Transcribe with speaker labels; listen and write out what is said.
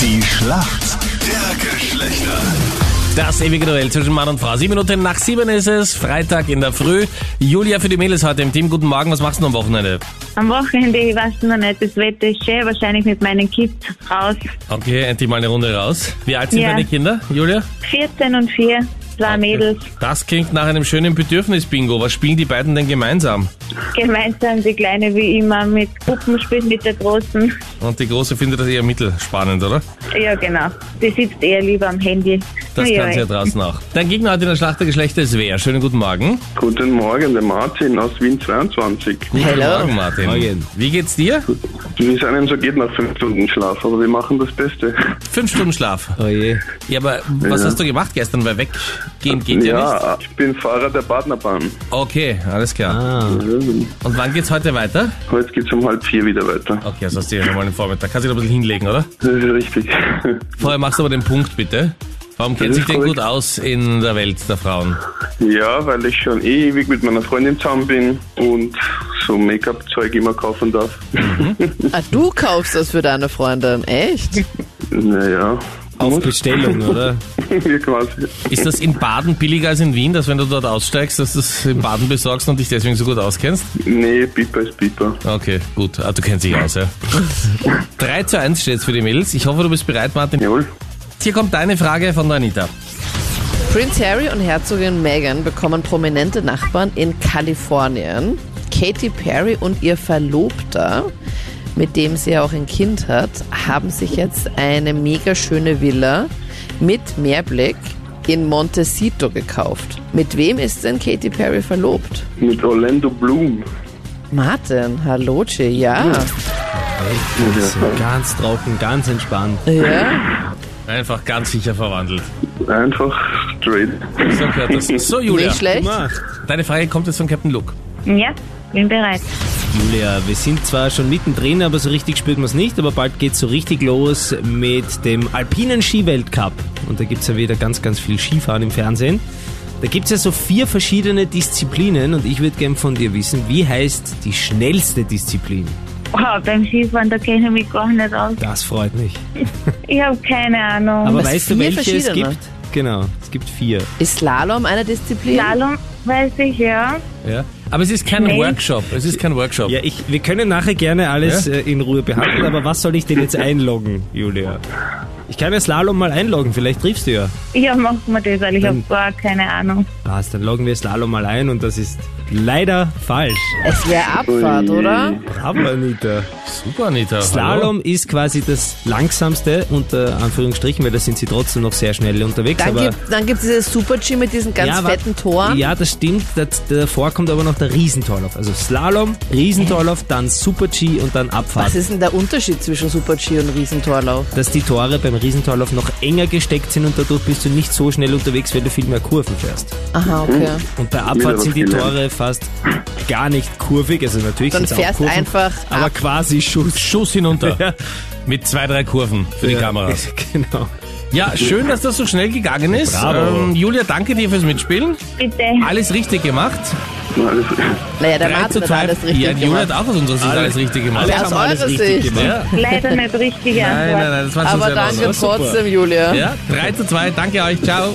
Speaker 1: Die Schlacht der Geschlechter.
Speaker 2: Das ewige Duell zwischen Mann und Frau. Sieben Minuten nach sieben ist es, Freitag in der Früh. Julia für die Mädels heute im Team. Guten Morgen, was machst du am Wochenende?
Speaker 3: Am Wochenende, ich weiß noch nicht, das Wetter ist schön, wahrscheinlich mit meinen Kids raus.
Speaker 2: Okay, endlich mal eine Runde raus. Wie alt sind
Speaker 3: Ja.
Speaker 2: deine Kinder, Julia?
Speaker 3: 14 und 4, zwei Mädels,
Speaker 2: Das klingt nach einem schönen Bedürfnis-Bingo. Was spielen die beiden denn gemeinsam?
Speaker 3: gemeinsam die Kleine wie immer mit Puppen spielt, mit der Großen.
Speaker 2: Und die Große findet das eher mittelspannend, oder?
Speaker 3: Ja, genau. Die sitzt eher lieber am Handy.
Speaker 2: Das
Speaker 3: ja,
Speaker 2: kann sie ja draußen auch. Dein Gegner heute in der Schlacht der Geschlechter ist wer? Schönen guten Morgen.
Speaker 4: Guten Morgen, der Martin aus Wien 22.
Speaker 2: Guten Morgen, Martin. Morgen. Wie geht's dir?
Speaker 4: Wie es einem so geht nach fünf Stunden Schlaf, aber wir machen das Beste.
Speaker 2: Fünf Stunden Schlaf. Oh je. Ja, aber was
Speaker 4: Ja.
Speaker 2: hast du gemacht gestern? Weil weggehen geht ja, nicht.
Speaker 4: ja, ich bin Fahrer der Partnerbahn.
Speaker 2: Okay, alles klar. Und wann geht's heute weiter?
Speaker 4: Heute geht's um halb vier wieder weiter.
Speaker 2: Okay, also hast du ja schon mal den Vormittag. Kannst du dich noch ein bisschen hinlegen, oder?
Speaker 4: Das ist richtig.
Speaker 2: Vorher machst du aber den Punkt, bitte. Warum kennt
Speaker 4: ist
Speaker 2: sich denn
Speaker 4: korrekt.
Speaker 2: gut aus in der Welt der Frauen?
Speaker 4: ja, weil ich schon ewig mit meiner Freundin zusammen bin und so Make-up-Zeug immer kaufen darf.
Speaker 5: Ah, du kaufst das für deine Freundin, echt?
Speaker 4: Naja.
Speaker 6: Auf
Speaker 4: muss.
Speaker 6: Bestellung, oder?
Speaker 4: Ja, quasi.
Speaker 2: Ist das in Baden billiger als in Wien, dass wenn du dort aussteigst, dass du es in Baden besorgst und dich deswegen so gut auskennst?
Speaker 4: Nee, Piper ist Piper.
Speaker 2: Okay, gut. Ah, du kennst dich aus, ja. 3 zu 1 steht's für die Mädels. Ich hoffe, du bist bereit, Martin.
Speaker 4: Jawohl.
Speaker 2: Hier kommt deine Frage von der Anita.
Speaker 5: Prinz Harry und Herzogin Meghan bekommen prominente Nachbarn in Kalifornien. Katy Perry und ihr Verlobter, mit dem sie ja auch ein Kind hat, haben sich jetzt eine mega schöne Villa mit Meerblick in Montecito gekauft. Mit wem ist denn Katy Perry verlobt?
Speaker 4: Mit Orlando Bloom.
Speaker 5: Martin, Halloci, ja.
Speaker 6: Ganz trocken, ganz entspannt.
Speaker 5: Ja,
Speaker 2: Einfach ganz sicher verwandelt.
Speaker 4: Einfach straight.
Speaker 2: So gehört das. So, Julia.
Speaker 5: nicht schlecht.
Speaker 6: Gemacht.
Speaker 2: Deine Frage kommt jetzt von Captain Luke.
Speaker 3: Ja, bin bereit.
Speaker 6: Julia, wir sind zwar schon mittendrin, aber so richtig spürt man es nicht, aber bald geht's so richtig los mit dem alpinen Skiweltcup. Und da gibt's ja wieder ganz, ganz viel Skifahren im Fernsehen. Da gibt's ja so vier verschiedene Disziplinen und ich würde gern von dir wissen, wie heißt die schnellste Disziplin?
Speaker 3: Wow, Oh, beim Skifahren, da kenne ich mich gar nicht aus.
Speaker 6: Das freut mich.
Speaker 3: Ich habe keine Ahnung.
Speaker 6: Aber
Speaker 5: Was,
Speaker 6: weißt du,
Speaker 5: vier
Speaker 6: welche es
Speaker 5: verschiedene?
Speaker 6: gibt? Genau, es gibt vier.
Speaker 5: Ist Slalom eine Disziplin?
Speaker 3: Slalom weiß ich, ja.
Speaker 2: Ja. Aber es ist kein
Speaker 3: Nee.
Speaker 2: Workshop. Es ist kein Workshop.
Speaker 6: Ja, ich, wir können nachher gerne alles
Speaker 2: Ja?
Speaker 6: äh, in Ruhe behandeln, aber was soll ich denn jetzt einloggen, Julia? Ich kann ja Slalom mal einloggen, vielleicht triffst du ja.
Speaker 3: Ja, machen wir das, weil ich habe
Speaker 6: Dann-
Speaker 3: gar keine Ahnung.
Speaker 6: Passt, dann loggen wir Slalom mal ein und das ist leider falsch.
Speaker 5: Es wäre Abfahrt, oder?
Speaker 6: Bravo, Anita.
Speaker 2: Super, Anita.
Speaker 6: Slalom ist quasi das langsamste, unter Anführungsstrichen, weil da sind sie trotzdem noch sehr schnell unterwegs.
Speaker 5: Dann
Speaker 6: aber
Speaker 5: gibt dann gibt's dieses Super-G mit diesen ganz
Speaker 6: Ja, wa-
Speaker 5: fetten Toren.
Speaker 6: Ja, das stimmt. Das, davor kommt aber noch der Riesentorlauf. Also Slalom, Riesentorlauf, dann Super-G und dann Abfahrt.
Speaker 5: Was ist denn der Unterschied zwischen Super-G und Riesentorlauf?
Speaker 6: dass die Tore beim Riesentorlauf noch enger gesteckt sind und dadurch bist du nicht so schnell unterwegs, weil du viel mehr Kurven fährst.
Speaker 5: Aha, okay.
Speaker 6: Und bei
Speaker 4: Wieder
Speaker 6: Abfahrt
Speaker 4: was
Speaker 6: sind die
Speaker 4: gelernt.
Speaker 6: Tore fast gar nicht kurvig, also natürlich
Speaker 5: Dann
Speaker 6: sind auch
Speaker 5: fährst
Speaker 6: Kurven,
Speaker 5: einfach
Speaker 6: aber
Speaker 5: ab.
Speaker 6: quasi Schuss.
Speaker 2: Schuss hinunter.
Speaker 6: Ja.
Speaker 2: Mit zwei, drei Kurven für die Kameras.
Speaker 6: genau.
Speaker 2: Ja, schön, dass das so schnell gegangen ist. Ähm,
Speaker 6: Bravo.
Speaker 2: Julia, danke dir fürs Mitspielen.
Speaker 3: Bitte.
Speaker 2: Alles richtig gemacht.
Speaker 4: Alles,
Speaker 5: Naja, der
Speaker 2: 3 zu
Speaker 5: Martin hat
Speaker 2: 2.
Speaker 5: alles richtig
Speaker 2: ja, Julia
Speaker 5: gemacht.
Speaker 2: hat auch aus unserer Sicht alles richtig gemacht.
Speaker 6: Alle
Speaker 5: Aus
Speaker 6: haben alles
Speaker 5: eurer
Speaker 6: richtig
Speaker 5: Sicht.
Speaker 6: gemacht.
Speaker 2: Ja.
Speaker 3: Leider nicht richtig
Speaker 2: Nein, nein,
Speaker 3: Antwort.
Speaker 2: nein, das war schon
Speaker 5: Aber
Speaker 2: sehr in
Speaker 5: danke
Speaker 2: Ordnung.
Speaker 5: trotzdem, Julia.
Speaker 2: Ja, 3 zu 2, danke euch, ciao.